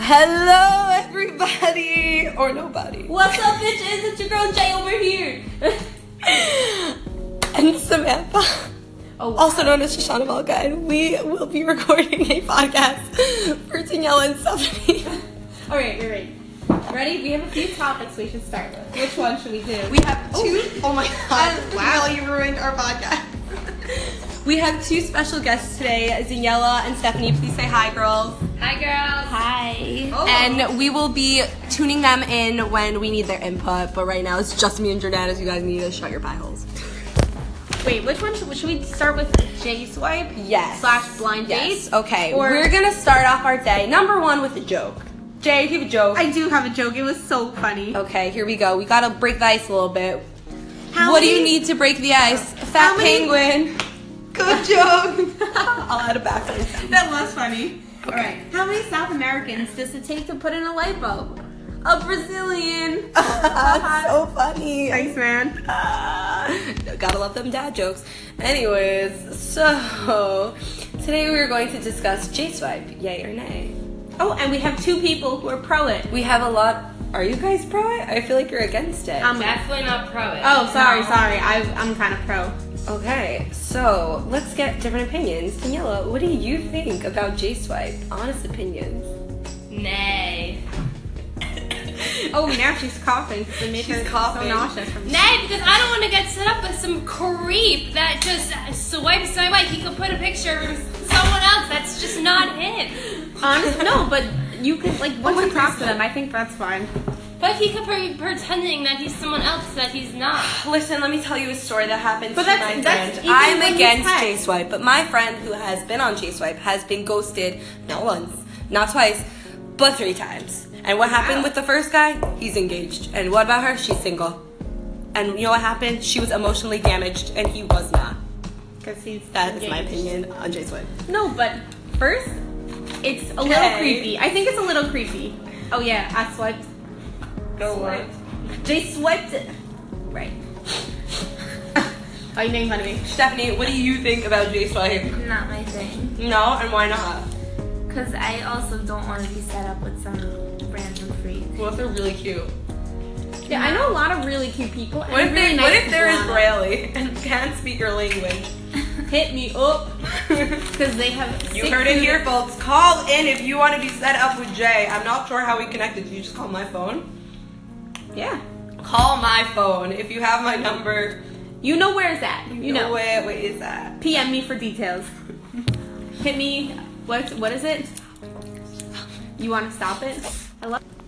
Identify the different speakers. Speaker 1: Hello, everybody, or nobody.
Speaker 2: What's up, bitches? It's your girl Jay over here.
Speaker 1: And Samantha,
Speaker 2: Oh,
Speaker 1: also known as Shoshana Valka, and we will be recording a podcast for Danielle and Stephanie.
Speaker 2: all right, all right. Ready? We have a few topics we should start with. Which one should we do?
Speaker 1: We have two oh my god! Wow, you ruined our podcast. we have two special guests today, Daniela and Stephanie. Please say hi, girls.
Speaker 2: Hi, girls.
Speaker 1: Hi.
Speaker 2: Oh.
Speaker 1: And we will be tuning them in when we need their input, but right now it's just me and Jordan, so you guys need to shut your pie holes.
Speaker 2: Wait, which one should, should we start with? J swipe.
Speaker 1: Yes.
Speaker 2: Slash blind
Speaker 1: Yes.
Speaker 2: dates?
Speaker 1: Okay.
Speaker 2: Or-
Speaker 1: We're gonna start off our day number one with a joke. Jay, do you have a joke?
Speaker 2: I do have a joke. It was so funny.
Speaker 1: okay, here we go. We gotta break the ice a little bit.
Speaker 2: How
Speaker 1: what do you
Speaker 2: many-
Speaker 1: need to break the ice? Fat
Speaker 2: many-
Speaker 1: penguin.
Speaker 2: Good joke.
Speaker 1: I'll add it back. later.
Speaker 2: that was funny. All right. How many South Americans does it take to put in a light bulb? A Brazilian.
Speaker 1: That's so funny.
Speaker 2: Thanks, man.
Speaker 1: Ah, gotta love them dad jokes. Anyways, so today we are going to discuss J swipe, yay or nay.
Speaker 2: Oh, and we have two people who are pro it.
Speaker 1: We have a lot. Are you guys pro it? I feel like you're against it.
Speaker 2: I'm
Speaker 3: Definitely not pro it.
Speaker 2: Um, Oh, sorry, sorry. I, I'm kind of pro.
Speaker 1: okay, so let's get different opinions. Daniela, what do you think about J swipe? Honest opinions.
Speaker 3: Nay.
Speaker 2: Oh, now she's coughing. It made
Speaker 1: She's
Speaker 2: her
Speaker 1: coughing.
Speaker 2: so nauseous from
Speaker 3: Nay, because I don't want to get set up with some creep that just swipes my like he could put a picture of someone else. That's just not him.
Speaker 2: Honest, no, but you could like once you talk to them, I think that's fine.
Speaker 3: But he could be pretending that he's someone else that he's not.
Speaker 1: Listen, let me tell you a story that happened
Speaker 2: But
Speaker 1: to
Speaker 2: that's-
Speaker 1: my
Speaker 2: that's
Speaker 1: friend.
Speaker 2: even when
Speaker 1: I'm
Speaker 2: you
Speaker 1: against
Speaker 2: text.
Speaker 1: J Swipe, but my friend who has been on J Swipe has been ghosted not once, not twice, but three times. And what happened
Speaker 2: Wow.
Speaker 1: with the first guy? He's engaged. And what about her? She's single. And you know what happened? She was emotionally damaged, and he was not.
Speaker 2: Cause he's
Speaker 1: That is my
Speaker 2: engaged.
Speaker 1: opinion on J Swipe.
Speaker 2: No, but first, it's a
Speaker 1: Okay.
Speaker 2: little creepy. I think it's a little creepy. Oh yeah, I swiped.
Speaker 1: Go
Speaker 2: Swiped. They swiped. it. Right. oh, you made fun of me.
Speaker 1: Stephanie, what do you think about J Swipe?
Speaker 4: Not my thing.
Speaker 1: No, and why not?
Speaker 4: Because I also don't want to be set up with some random freak.
Speaker 1: What if they're really cute?
Speaker 2: Yeah, I know a lot of really cute people. And
Speaker 1: What if,
Speaker 2: really
Speaker 1: they,
Speaker 2: nice
Speaker 1: what if they're
Speaker 2: people on it.
Speaker 1: Israeli and can't speak your language?
Speaker 2: Hit me up. Because they have.
Speaker 1: You
Speaker 2: sick
Speaker 1: heard it
Speaker 2: food.
Speaker 1: here, folks. Call in if you want to be set up with Jay. I'm not sure how we connected. Did you just call my phone?
Speaker 2: Yeah.
Speaker 1: Call my phone if you have my number.
Speaker 2: You know where it's at. You know.
Speaker 1: where? What is that?
Speaker 2: PM me for details. Hit me. What? What is it? You want to stop it? I love.